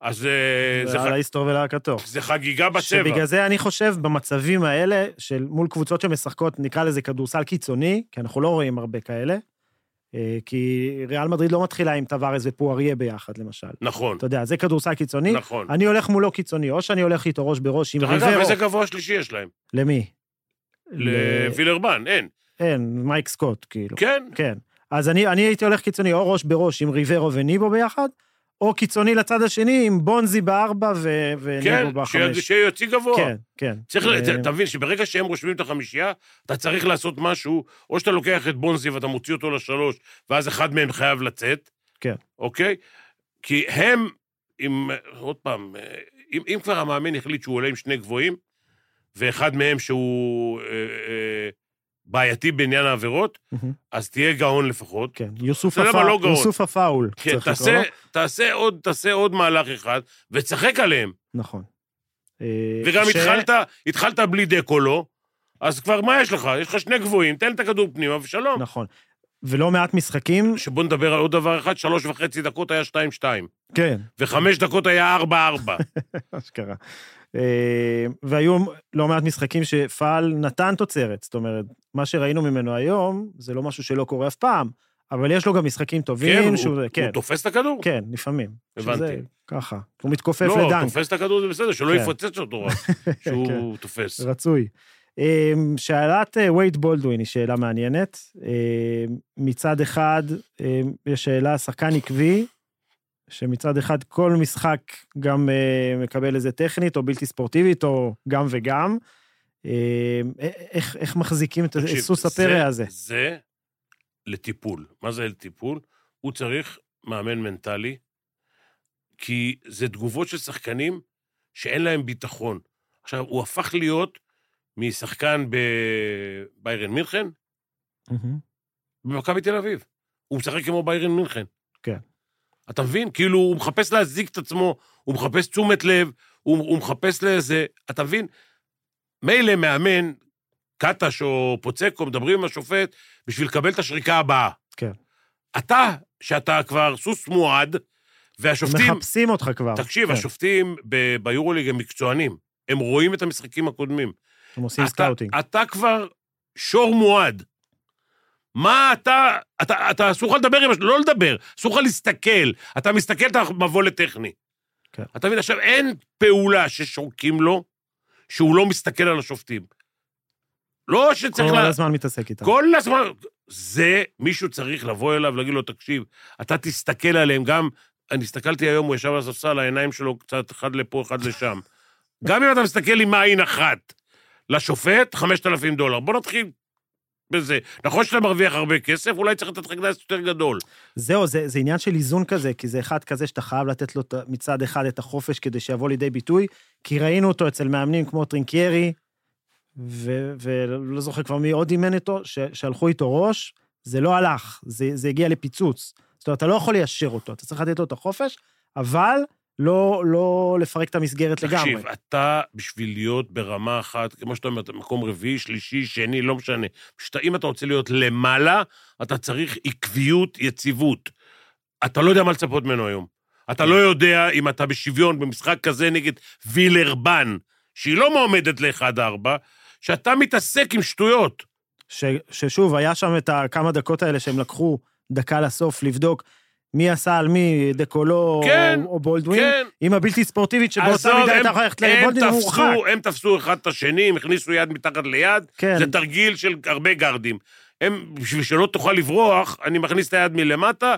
אז אה, זה, ועל ח... ההיסטור ולהקתו. זה חגיגה בצבע. שבגלל זה אני חושב, במצבים האלה, של מול קבוצות שמשחקות, נקרא לזה כדורסל קיצוני, כי אנחנו לא רואים הרבה כאלה, אה, כי ריאל מדריד לא מתחילה עם טווארז ופואריה ביחד, למשל. נכון, אתה יודע, זה כדורסל קיצוני, נכון. אני הולך מולו קיצוני, או שאני הולך איתו ראש בראש עם דרך אגב, איזה ריברו. גבוה שלישי יש להם? למי? ל- לווילרבן, אין. אין, מייק סקוט, כאילו. כן, כן. אז אני, אני הייתי הולך קיצוני, או ראש בראש עם ריברו וניבו ביחד, או קיצוני לצד השני עם בונזי בארבע ו- כן, ונגו שיהיה- בחמש. שיהיה יוציא גבוה. כן, כן. צריך, אה, ת- תבין שברגע שהם רושמים את החמישייה, אתה צריך לעשות משהו, או שאתה לוקח את בונזי ואתה מוציא אותו לשלוש, ואז אחד מהם חייב לצאת. כן. אוקיי? כי הם, אם, עוד פעם, אה, אם, אם כבר המאמן החליט שהוא עולה עם שני גבוהים, ואחד מהם שהוא אה, אה, בעייתי בעניין העבירות, מהמם. אז תהיה גאון לפחות. כן, יוסוף אתה יודע מה, הפאול, לא גאון. יוסוף הפאול, כן, צריך לקרוא תעשה, לו. תעשה, עוד, תעשה עוד מהלך אחד, ותשחק עליהם. נכון. אה, וגם ש- התחלת, התחלת בלי דקו לא, אז כבר מה יש לך? יש לך שני גבוהים, תן את הכדור פנימה ושלום. נכון. ולא מעט משחקים, שבוא נדבר על עוד דבר אחד, שלוש וחצי דקות היה שתיים שתיים, כן, וחמש דקות היה ארבע ארבע. אשכרה. אה, והיו לא מעט משחקים שפעל נתן תוצרת, זאת אומרת, מה שראינו ממנו היום, זה לא משהו שלא קורה אף פעם, אבל יש לו גם משחקים כן, טובים, שהוא- הוא, כן, הוא תופס את הכדור? כן, לפעמים. הבנתי. שזה ככה, הוא מתכופף לא, לדנק, תופס את הכדור זה בסדר, שלא כן. יפוצץ אותו רק, שהוא תופס. רצוי. אה, שאלת אה, וייד בולדווין היא שאלה מעניינת. אה, מצד אחד, אה, יש שאלה, שחקן עקבי, שמצד אחד כל משחק גם אה, מקבל איזה טכנית או בלתי ספורטיבית, או גם וגם. אה, א- איך, איך מחזיקים את תקשיב, סוס זה- הפרא הזה? זה לטיפול. מה זה לטיפול? הוא צריך מאמן מנטלי, כי זה תגובות של שחקנים שאין להם ביטחון. עכשיו, הוא הפך להיות משחקן בביירן מינכן, מהמם. במכבי תל אביב. הוא משחק כמו ביירן מינכן. כן. אתה מבין? כאילו, הוא מחפש להזיק את עצמו, הוא מחפש תשומת לב, הוא, הוא מחפש לאיזה... אתה מבין? מילא מאמן, קטש או פוצקו, מדברים עם השופט בשביל לקבל את השריקה הבאה. כן. אתה, שאתה כבר סוס מועד, והשופטים... מחפשים אותך כבר. תקשיב, כן, השופטים ב- ביורוליג הם מקצוענים. הם רואים את המשחקים הקודמים. הם עושים אתה- סקאוטינג. אתה כבר שור מועד. מה אתה, אתה, אתה אסור לך לדבר עם השני, לא לדבר, אסור לך להסתכל. אתה מסתכל, אתה מבוא לטכני. כן. אתה מבין, עכשיו אין פעולה ששורקים לו, שהוא לא מסתכל על השופטים. לא שצריך... כל לה- הזמן מתעסק איתם. כל הזמן, זה, מישהו צריך לבוא אליו ולהגיד לו, תקשיב, אתה תסתכל עליהם, גם, אני הסתכלתי היום, הוא ישב על הספסל, העיניים שלו קצת אחד לפה, אחד לשם. גם אם אתה מסתכל עם עין אחת לשופט, 5,000 דולר. בוא נתחיל בזה. נכון שאתה מרוויח הרבה כסף, אולי צריך לתת לך קנס יותר גדול. זהו, זה, זה עניין של איזון כזה, כי זה אחד כזה שאתה חייב לתת לו את ה- מצד אחד את החופש כדי שיבוא לידי ביטוי, כי ראינו אותו אצל מאמנים כמו טרינקיירי, ו- ולא זוכר כבר מי עוד אימן איתו, ש- שהלכו איתו ראש, זה לא הלך, זה, זה הגיע לפיצוץ. זאת אומרת, אתה לא יכול ליישר אותו, אתה צריך לתת לו את החופש, אבל לא, לא לפרק את המסגרת לגמרי. תקשיב, אתה, בשביל להיות ברמה אחת, כמו שאתה אומר, אתה מקום רביעי, שלישי, שני, לא משנה. שאתה, אם אתה רוצה להיות למעלה, אתה צריך עקביות, יציבות. אתה לא יודע מה לצפות ממנו היום. אתה לא יודע אם אתה בשוויון במשחק כזה נגד וילרבן, שהיא לא מועמדת לאחד ארבע, שאתה מתעסק עם שטויות. ש, ששוב, היה שם את הכמה דקות האלה שהם לקחו דקה לסוף לבדוק מי עשה על מי, דקולו כן, או, או בולדווין. כן. עם הבלתי ספורטיבית, שבאותה עזוב, מידה הם- הייתה יכולה ללכת הם לבולדווין, הוא הורחק. תפסו, הם תפסו אחד את השני, הם הכניסו יד מתחת ליד, כן, זה תרגיל של הרבה גארדים. הם, בשביל שלא תוכל לברוח, אני מכניס את היד מלמטה,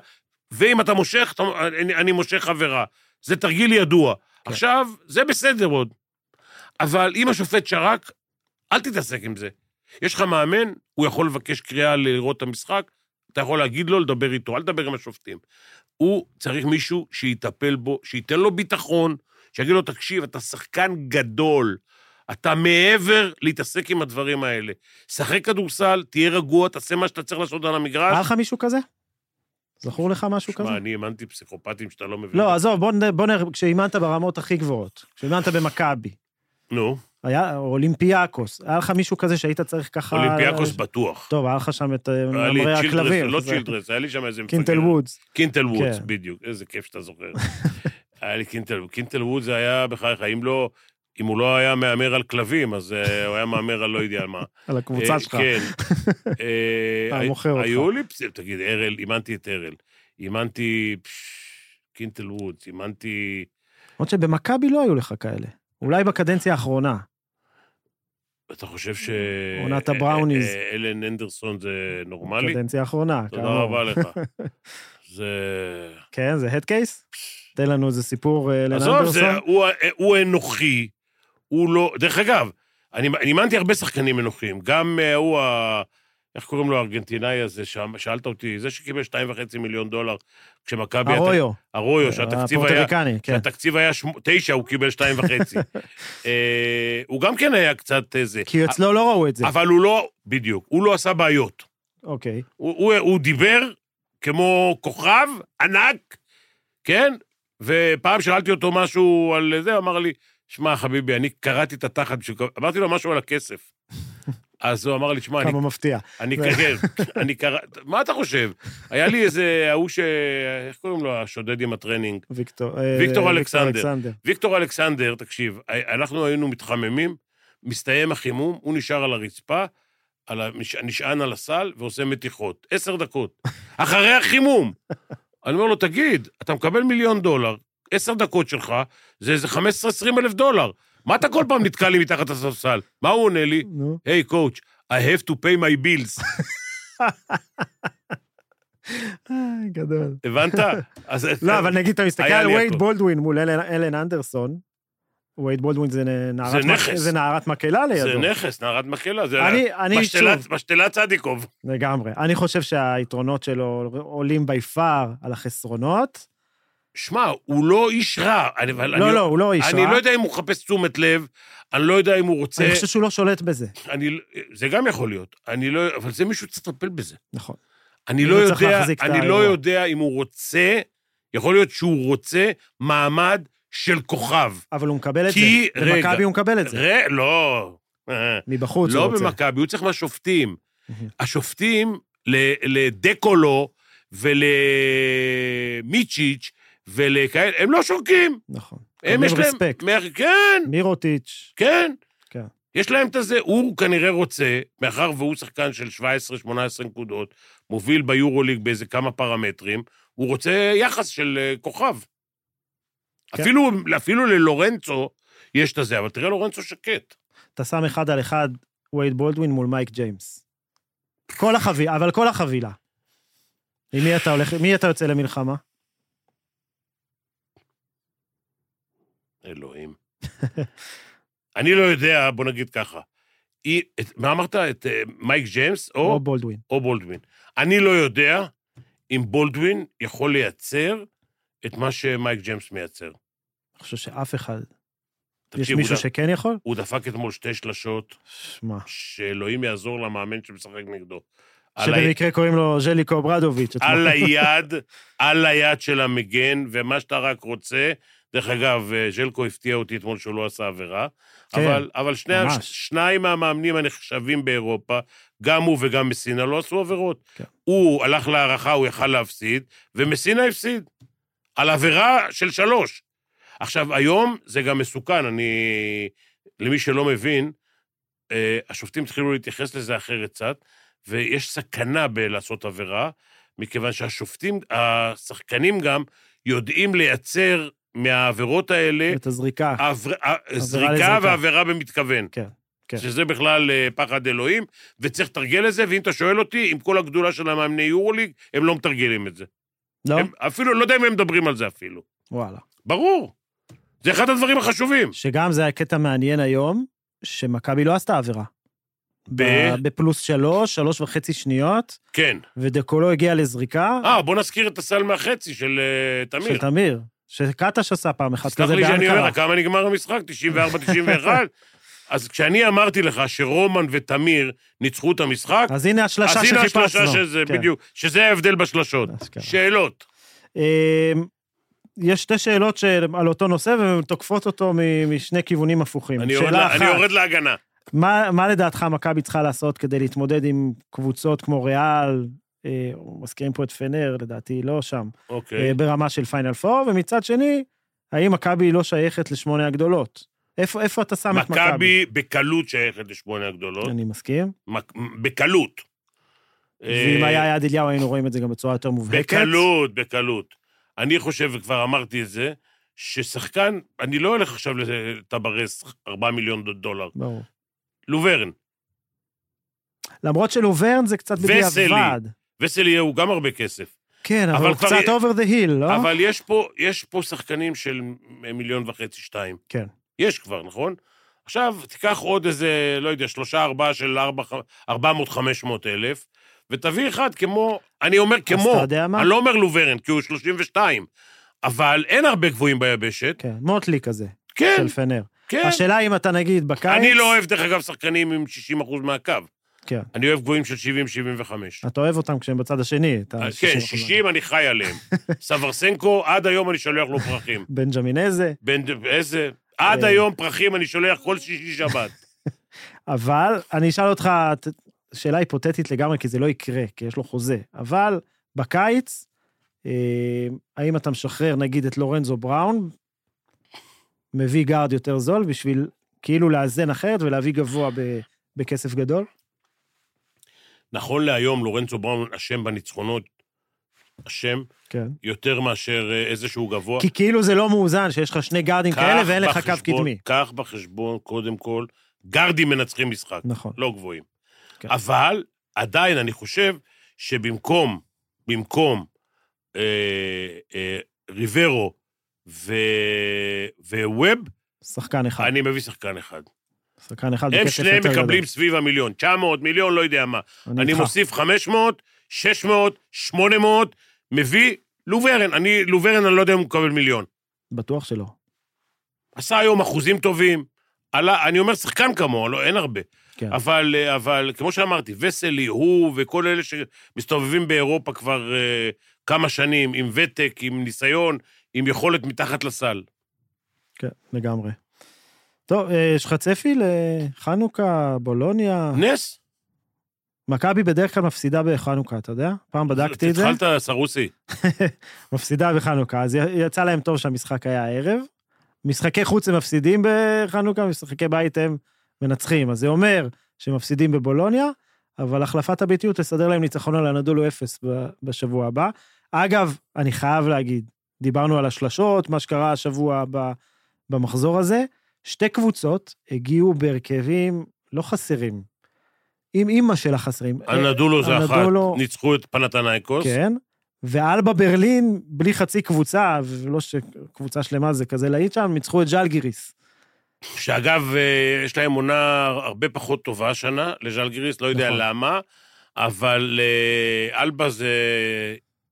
ואם אתה מושך, אתה, אני, אני מושך חברה. זה תרגיל ידוע. כן. עכשיו, זה בסדר עוד. אבל אם השופט שרק, אל תתעסק עם זה. יש לך מאמן, הוא יכול לבקש קריאה לראות את המשחק, אתה יכול להגיד לו, לדבר איתו, אל תדבר עם השופטים. הוא צריך מישהו שיטפל בו, שייתן לו ביטחון, שיגיד לו, תקשיב, אתה שחקן גדול, אתה מעבר להתעסק עם הדברים האלה. שחק כדורסל, תהיה רגוע, תעשה מה שאתה צריך לעשות על המגרש. אה, היה לך מישהו כזה? זכור לך משהו כזה? שמע, אני האמנתי פסיכופטים שאתה לא מבין. לא, עזוב, בוא נ- בוא נ... כשאימנת ברמות הכי גבוהות, כשאימנת במכבי, נו, היה או אולימפיאקוס, היה לך מישהו כזה שהיית צריך ככה... אולימפיאקוס בטוח. אה, טוב, היה לך שם את אה, היה לי מאמרי את הכלבים. צ'ילדרס, לא זה- צ'ילדרס, היה לי שם איזה מפגר. קינטל וודס. קינטל וודס, כן. בדיוק. איזה כיף שאתה זוכר. היה לי קינטל וודס. קינטל וודס זה היה, בחייך, אם לא... אם הוא לא היה מהמר על כלבים, אז אה, הוא היה מהמר על לא יודע על מה. על אה, הקבוצה שלך. כן. אה, אה, הי- מוכר אותך. היו לי, פס- תגיד, ארל, אימנתי את ארל. אימנתי פש, קינטל וודס, אימנתי... למרות שבמכבי לא היו לך כאלה. אולי בקדנציה האחרונה. אתה חושב ש... עונת הבראוניז. אוקיי, אה, אה, אלן אנדרסון זה נורמלי? כן, בקדנציה האחרונה, תודה כאמור. רבה לך. זה... כן, זה הדקייס? תן לנו איזה סיפור אה, עזוב, לננדרסון. זה- הוא- אה, הוא אנוכי, הוא לא... דרך אגב, אני אני אימנתי הרבה שחקנים אנוכיים. גם אה, הוא ה... איך קוראים לו הארגנטינאי הזה, שם- שאלת אותי, זה שקיבל שתיים וחצי מיליון דולר כשמכבי... ארויו, ארויו, שהתקציב היה... הפורטריקני, כן. שהתקציב היה שמ- תשע, הוא קיבל שתיים וחצי. אה, הוא גם כן היה קצת אה, זה. כי אצלו לא ראו את זה. אבל הוא לא... בדיוק. הוא לא עשה בעיות. אוקיי. הוא, הוא, הוא דיבר כמו כוכב ענק, כן? ופעם שאלתי אותו משהו על זה, אמר לי, שמע, חביבי, אני קראתי את התחת בשביל... לקבל-" אמרתי לו משהו על הכסף. אז הוא אמר לי, שמע, אני, כמה מפתיע. אני קרב, אני קרא... מה אתה חושב? היה לי איזה ההוא ש... איך קוראים לו? השודד עם הטרנינג. ויקטור אה, ויקטור אלכסנדר. ויקטור אלכסנדר, תקשיב, אנחנו היינו מתחממים, מסתיים החימום, הוא נשאר על הרצפה, על המש... נשען על הסל ועושה מתיחות. עשר דקות. אחרי החימום. אני אומר לו, תגיד, אתה מקבל מיליון דולר, עשר דקות שלך, זה איזה 15-20 אלף דולר. מה אתה כל פעם נתקע לי מתחת לספסל? מה הוא עונה לי? נו, היי, hey, קואוץ', I have to pay my bills. אה, גדול. הבנת? אז... לא, אבל נגיד, אתה מסתכל היה על לי וייד הכל. בולדווין מול אלן- אלן אנדרסון, וייד בולדווין זה נערת זה מק- נכס. זה נערת מקהלה לידו. זה נכס, נערת מקהלה, זה אני, אני, משתלת- שוב, משתלת צדיקוב. לגמרי. אני חושב שהיתרונות שלו עולים בי פאר על החסרונות. שמע, הוא לא איש רע. אני, אבל לא, אני, לא, הוא לא איש אני רע. לא יודע אם הוא מחפש תשומת לב, אני לא יודע אם הוא רוצה... אני חושב שהוא לא שולט בזה. אני, זה גם יכול להיות. אני לא... אבל זה מישהו צריך לטפל בזה. נכון. אני לא מישהו צריך יודע, להחזיק את אני לא האירוע. יודע אם הוא רוצה, יכול להיות שהוא רוצה מעמד של כוכב. אבל הוא מקבל את כי- זה. רגע. במכבי הוא מקבל את זה. ר... לא. אה, מבחוץ לא הוא רוצה. במכבי, הוא צריך מהשופטים. מהמם. השופטים ל- לדקולו ולמיצ'יץ' ולכאלה, הם לא שורקים. נכון. הם יש להם... רספקט. מה- כן, מירוטיץ', כן. כן. יש להם את הזה, הוא כנראה רוצה, מאחר והוא שחקן של 17-18 נקודות, מוביל ביורוליג באיזה כמה פרמטרים, הוא רוצה יחס של אה, כוכב. כן. אפילו, אפילו ללורנצו יש את הזה, אבל תראה, לורנצו שקט. אתה שם אחד על אחד וייד בולדווין מול מייק ג'יימס. כל החבילה, אבל כל החבילה. עם מי אתה הולך, מי אתה יוצא למלחמה? אלוהים. אני לא יודע, בוא נגיד ככה. היא, את, מה אמרת? את אה, מייק ג'יימס או, או או... בולדווין. או בולדווין. אני לא יודע אם בולדווין יכול לייצר את מה שמייק ג'יימס מייצר. אני חושב שאף אחד. יש תקשיב, הוא מישהו דפ- שכן יכול? הוא דפק אתמול שתי שלשות, שמע. שאלוהים יעזור למאמן שמשחק נגדו. על, ה... שבמקרה קוראים לו ז'ליקו ברדוביץ'. אתמול. על היד, על היד של המגן, ומה שאתה רק רוצה. דרך אגב, אה, ז'לקו הפתיע אותי אתמול שהוא לא עשה עבירה, כן, אבל, אבל שני, ממש. הש- שניים מהמאמנים הנחשבים באירופה, גם הוא וגם מסינה, לא עשו עבירות. כן. הוא הלך להערכה, הוא יכל להפסיד, ומסינה הפסיד. על עבירה של שלוש. עכשיו, היום זה גם מסוכן, אני... למי שלא מבין, אה, השופטים התחילו להתייחס לזה אחרת קצת, ויש סכנה בלעשות עבירה, מכיוון שהשופטים, השחקנים גם, יודעים לייצר מהעבירות האלה את הזריקה. עבר... אה, זריקה לזריקה. ועבירה במתכוון. כן, כן. שזה בכלל אה, פחד אלוהים, וצריך לתרגל את זה, ואם אתה שואל אותי, עם כל הגדולה של המאמני יורוליג, הם לא מתרגלים את זה. לא? הם אפילו, לא יודע אם הם מדברים על זה אפילו. וואלה. ברור. זה אחד הדברים החשובים. שגם זה היה קטע מעניין היום, שמכבי לא עשתה עבירה. ב- ב- בפלוס שלוש, שלוש וחצי שניות, כן. ודקולו הגיע לזריקה אה, בוא נזכיר את הסל מהחצי של אה, תמיר. של תמיר, שקטש עשה פעם אחת סלח כזה לי שאני אומר באנקרה. לך, כמה נגמר המשחק? 94-91? אז כשאני אמרתי לך שרומן ותמיר ניצחו את המשחק, אז הנה השלשה אז הנה השלושה שחיפשנו. שזה, כן, בדיוק, שזה ההבדל בשלשות. אשכרה. שאלות. אמ, יש שתי שאלות של- על אותו נושא, והן תוקפות אותו מ- משני כיוונים הפוכים. אני יורד שאלה לה- אחת, אני יורד להגנה. מה- מה לדעתך מכבי צריכה לעשות כדי להתמודד עם קבוצות כמו ריאל, אה, מזכירים פה את פנר, לדעתי לא שם, אה, אוקיי. ברמה של פיינל פור, ומצד שני, האם מכבי לא שייכת לשמונה הגדולות? איפה איפה אתה שם את מכבי? מכבי בקלות שייכת לשמונה הגדולות. אני מסכים. מק- בקלות. ואם אה, היה יד אליהו, היינו רואים את זה גם בצורה יותר מובהקת. בקלות, בקלות. אני חושב, וכבר אמרתי את זה, ששחקן, אני לא הולך עכשיו לטברס 4 מיליון דולר. ברור. לוברן. למרות שלוברן זה קצת בדיעבד. וסלי. וסל יהיה הוא גם הרבה כסף. כן, אבל אבל הוא כבר קצת יהיה- over the hill, לא? אבל יש פה, יש פה שחקנים של מיליון וחצי, שתיים. כן. יש כבר, נכון? עכשיו, תיקח עוד איזה, לא יודע, שלושה, ארבעה של ארבע, ח- 400, 500 אלף, ותביא אחד כמו, אני אומר אז אתה כמו, יודע מה? אני לא אומר לוברן, כי הוא 32, אבל אין הרבה גבוהים ביבשת. כן, מוטלי כזה, כן, של פנר. כן. השאלה אם אתה נגיד בקיץ... אני לא אוהב, דרך אגב, שחקנים עם 60 אחוז מהקו. כן. אני אוהב גבוהים של 70-75. אתה אוהב אותם כשהם בצד השני. את ה- כן, 60%. 60 אני חי עליהם. סברסנקו, עד היום אני שולח לו פרחים. בנג'מין איזה. בן איזה... עד אה. היום פרחים אני שולח כל שישי שבת. אבל אני אשאל אותך ת- שאלה היפותטית לגמרי, כי זה לא יקרה, כי יש לו חוזה. אבל בקיץ, אה, האם אתה משחרר נגיד את לורנזו בראון, מביא גארד יותר זול בשביל כאילו לאזן אחרת ולהביא גבוה ב- בכסף גדול? נכון להיום, לורנצו בראון אשם בניצחונות, אשם, כן. יותר מאשר אה, איזשהו גבוה. כי כאילו זה לא מאוזן שיש לך שני גארדים קח כאלה ואין לך קו בחשבון- קדמי. קח בחשבון, קודם כל, גרדים מנצחים משחק, נכון. לא גבוהים. כן. אבל עדיין אני חושב שבמקום, במקום אה, אה, ריברו ו... וווב, שחקן אחד. אני מביא שחקן אחד. שחקן אחד הם בכסף יותר שניהם גדול. מקבלים סביב המיליון, 900, מיליון, לא יודע מה. אני איתך. מוסיף 500, 600, 800, מביא לוברן. אני, לוברן, אני לא יודע אם הוא מקבל מיליון. בטוח שלא. עשה היום אחוזים טובים. עלה, אני אומר שחקן כמוהו, לא, אין הרבה. כן. אבל, אה, אבל כמו שאמרתי, וסלי, הוא וכל אלה שמסתובבים באירופה כבר אה, כמה שנים, עם ותק, עם ניסיון, עם יכולת מתחת לסל. כן, לגמרי. טוב, אה, יש לך צפי לחנוכה, בולוניה? נס. מכבי בדרך כלל מפסידה בחנוכה, אתה יודע? פעם בדקתי את זה, התחלת, סרוסי. מפסידה בחנוכה, אז י- יצא להם טוב שהמשחק היה הערב. משחקי חוץ הם מפסידים בחנוכה, משחקי בית הם מנצחים. אז זה אומר שהם מפסידים בבולוניה, אבל החלפת הביטיות תסדר להם ניצחון על הנדולו אפס ב- בשבוע הבא. אגב, אני חייב להגיד, דיברנו על השלשות, מה שקרה השבוע ב- במחזור הזה, שתי קבוצות הגיעו בהרכבים לא חסרים. עם אימא של החסרים. אנדולו זה אחת, אה, אנדולו- ניצחו את פנתנייקוס. כן, ואלבה ברלין, בלי חצי קבוצה, ולא שקבוצה שלמה זה כזה להיט שם, ניצחו את ז'לגיריס. שאגב, אה, יש להם עונה הרבה פחות טובה השנה, לז'לגיריס, לא יודע נכון. למה, אבל אה, אלבה זה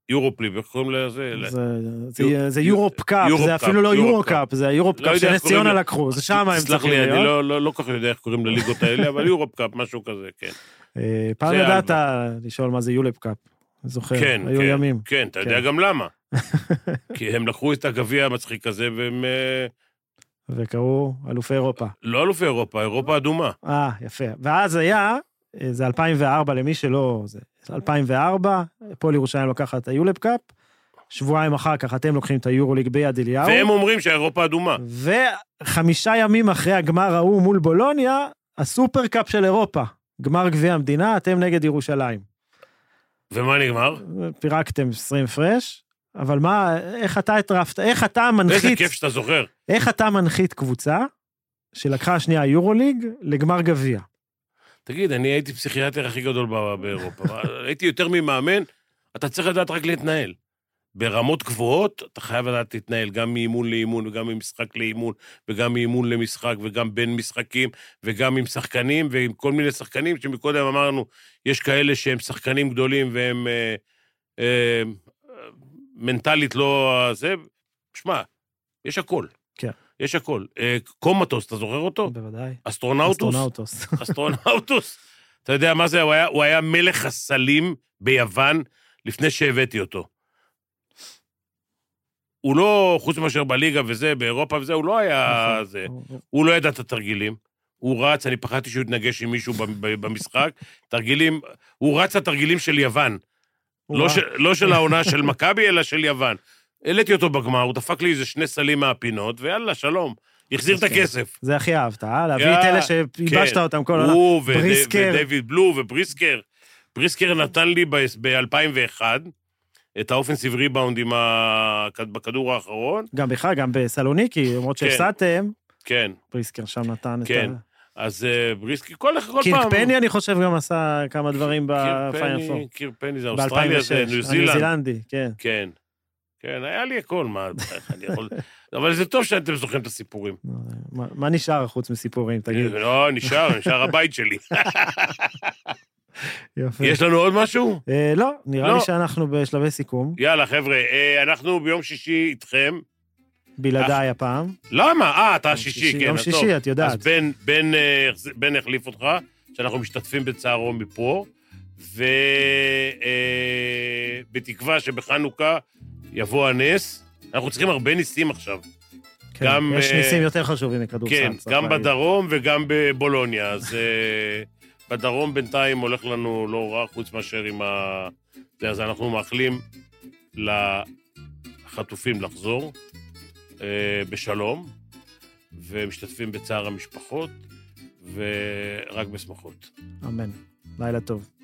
יורופליב, איך קוראים לזה? זה- יו- זה- זה יורופ קאפ, יורופ זה קאפ, אפילו לא יורופ יורו קאפ. קאפ, זה היורופ לא קאפ יודע איך שנס קוראים ציונה לזה. לקחו, זה שם הם סלח צריכים לי, אני להיות. לא- לא לא כל כך יודע איך קוראים לליגות האלה, אבל יורופ קאפ, משהו כזה, כן. אה, פעם זה ידעת לשאול מה זה יולפ קאפ, אני זוכר, כן, היו כן. ימים. כן, אתה יודע כן. גם למה. כי הם לקחו את הגביע המצחיק הזה, והם אה, וקראו אלופי אירופה. לא אלופי אירופה, אירופה אדומה. אה, יפה. ואז היה, אה, זה 2004 למי שלא, זה 2004, הפועל ירושלים לוקחת את היולפ קאפ, שבועיים אחר כך אתם לוקחים את היורוליג ביד אליהו. והם אומרים שהאירופה אדומה. וחמישה ימים אחרי הגמר ההוא מול בולוניה, הסופרקאפ של אירופה. גמר גביע המדינה, אתם נגד ירושלים. ומה נגמר? פירקתם 20 הפרש, אבל מה, איך אתה הטרפת, איך אתה איזה מנחית, כיף שאתה זוכר. איך אתה מנחית קבוצה שלקחה השנייה יורוליג לגמר גביע? תגיד, אני הייתי פסיכיאטר הכי גדול בא- באירופה. אבל הייתי יותר ממאמן, אתה צריך לדעת רק להתנהל. ברמות גבוהות, אתה חייב לדעת להתנהל גם מאימון לאימון, וגם ממשחק לאימון, וגם מאימון למשחק, וגם בין משחקים, וגם עם שחקנים, ועם כל מיני שחקנים, שמקודם אמרנו, יש כאלה שהם שחקנים גדולים והם אה, אה, אה, מנטלית לא... אה, זה... שמע, יש הכל. כן. יש הכל. אה, קומטוס, אתה זוכר אותו? בוודאי. לא. אסטרונאוטוס? אסטרונאוטוס. אסטרונאוטוס. אתה יודע מה זה? הוא היה, הוא היה מלך הסלים ביוון לפני שהבאתי אותו. הוא לא, חוץ מאשר בליגה וזה, באירופה וזה, הוא לא היה נכון. זה. הוא לא ידע את התרגילים. הוא רץ, אני פחדתי שהוא יתנגש עם מישהו ב- ב- במשחק. תרגילים, הוא רץ לתרגילים של יוון. הוא לא, רע. ש, לא של העונה של מכבי, אלא של יוון. העליתי אותו בגמר, הוא דפק לי איזה שני סלים מהפינות, ויאללה, שלום. החזיר את אוקיי. הכסף. זה הכי אהבת, אה? להביא יא, את אלה שייבשת כן. אותם כל העונה. הוא וד- בריסקר. ודייוויד בלו ובריסקר. בריסקר נתן לי ב-2001 את האופנסיב ריבאונד עם ה- בכדור האחרון. גם בך, גם בסלוניקי, למרות כן. שהפסדתם, כן. פריסקר שם נתן את כן. ה... אז אה, בריסקי, כל, כל פעם... קירק פני, אני חושב, גם עשה כמה דברים בפיינל פור. קיר פני זה אוסטרליה, זה ניו ב-2006, זילנד. הניו-זילנדי, כן. כן. כן, היה לי הכל, מה, איך אני יכול... אבל זה טוב שאתם זוכרים את הסיפורים. לא, מה- מה נשאר חוץ מסיפורים, תגיד? לא, נשאר, נשאר הבית שלי. יפה. יש לנו עוד משהו? אה, לא, נראה לי לא. שאנחנו בשלבי סיכום, יאללה, חבר'ה, אה, אנחנו ביום שישי איתכם. בלעדיי הפעם. למה? אה, אתה שישי, כן, יום אז טוב. שישי, את יודעת. אז בן, בן, אה, החז- בן החליף אותך, שאנחנו משתתפים בצערו מפה, ובתקווה שבחנוכה יבוא הנס. אנחנו צריכים הרבה ניסים עכשיו. כן, גם, יש אה, ניסים יותר חשובים מכדורסל. כן, צריך גם להגיד. בדרום וגם בבולוניה. אז אה, בדרום בינתיים הולך לנו לא רע, חוץ מאשר עם ה... זה, אז אנחנו מאחלים לחטופים לחזור אה, בשלום, ומשתתפים בצער המשפחות, ורק בשמחות. אמן. לילה טוב.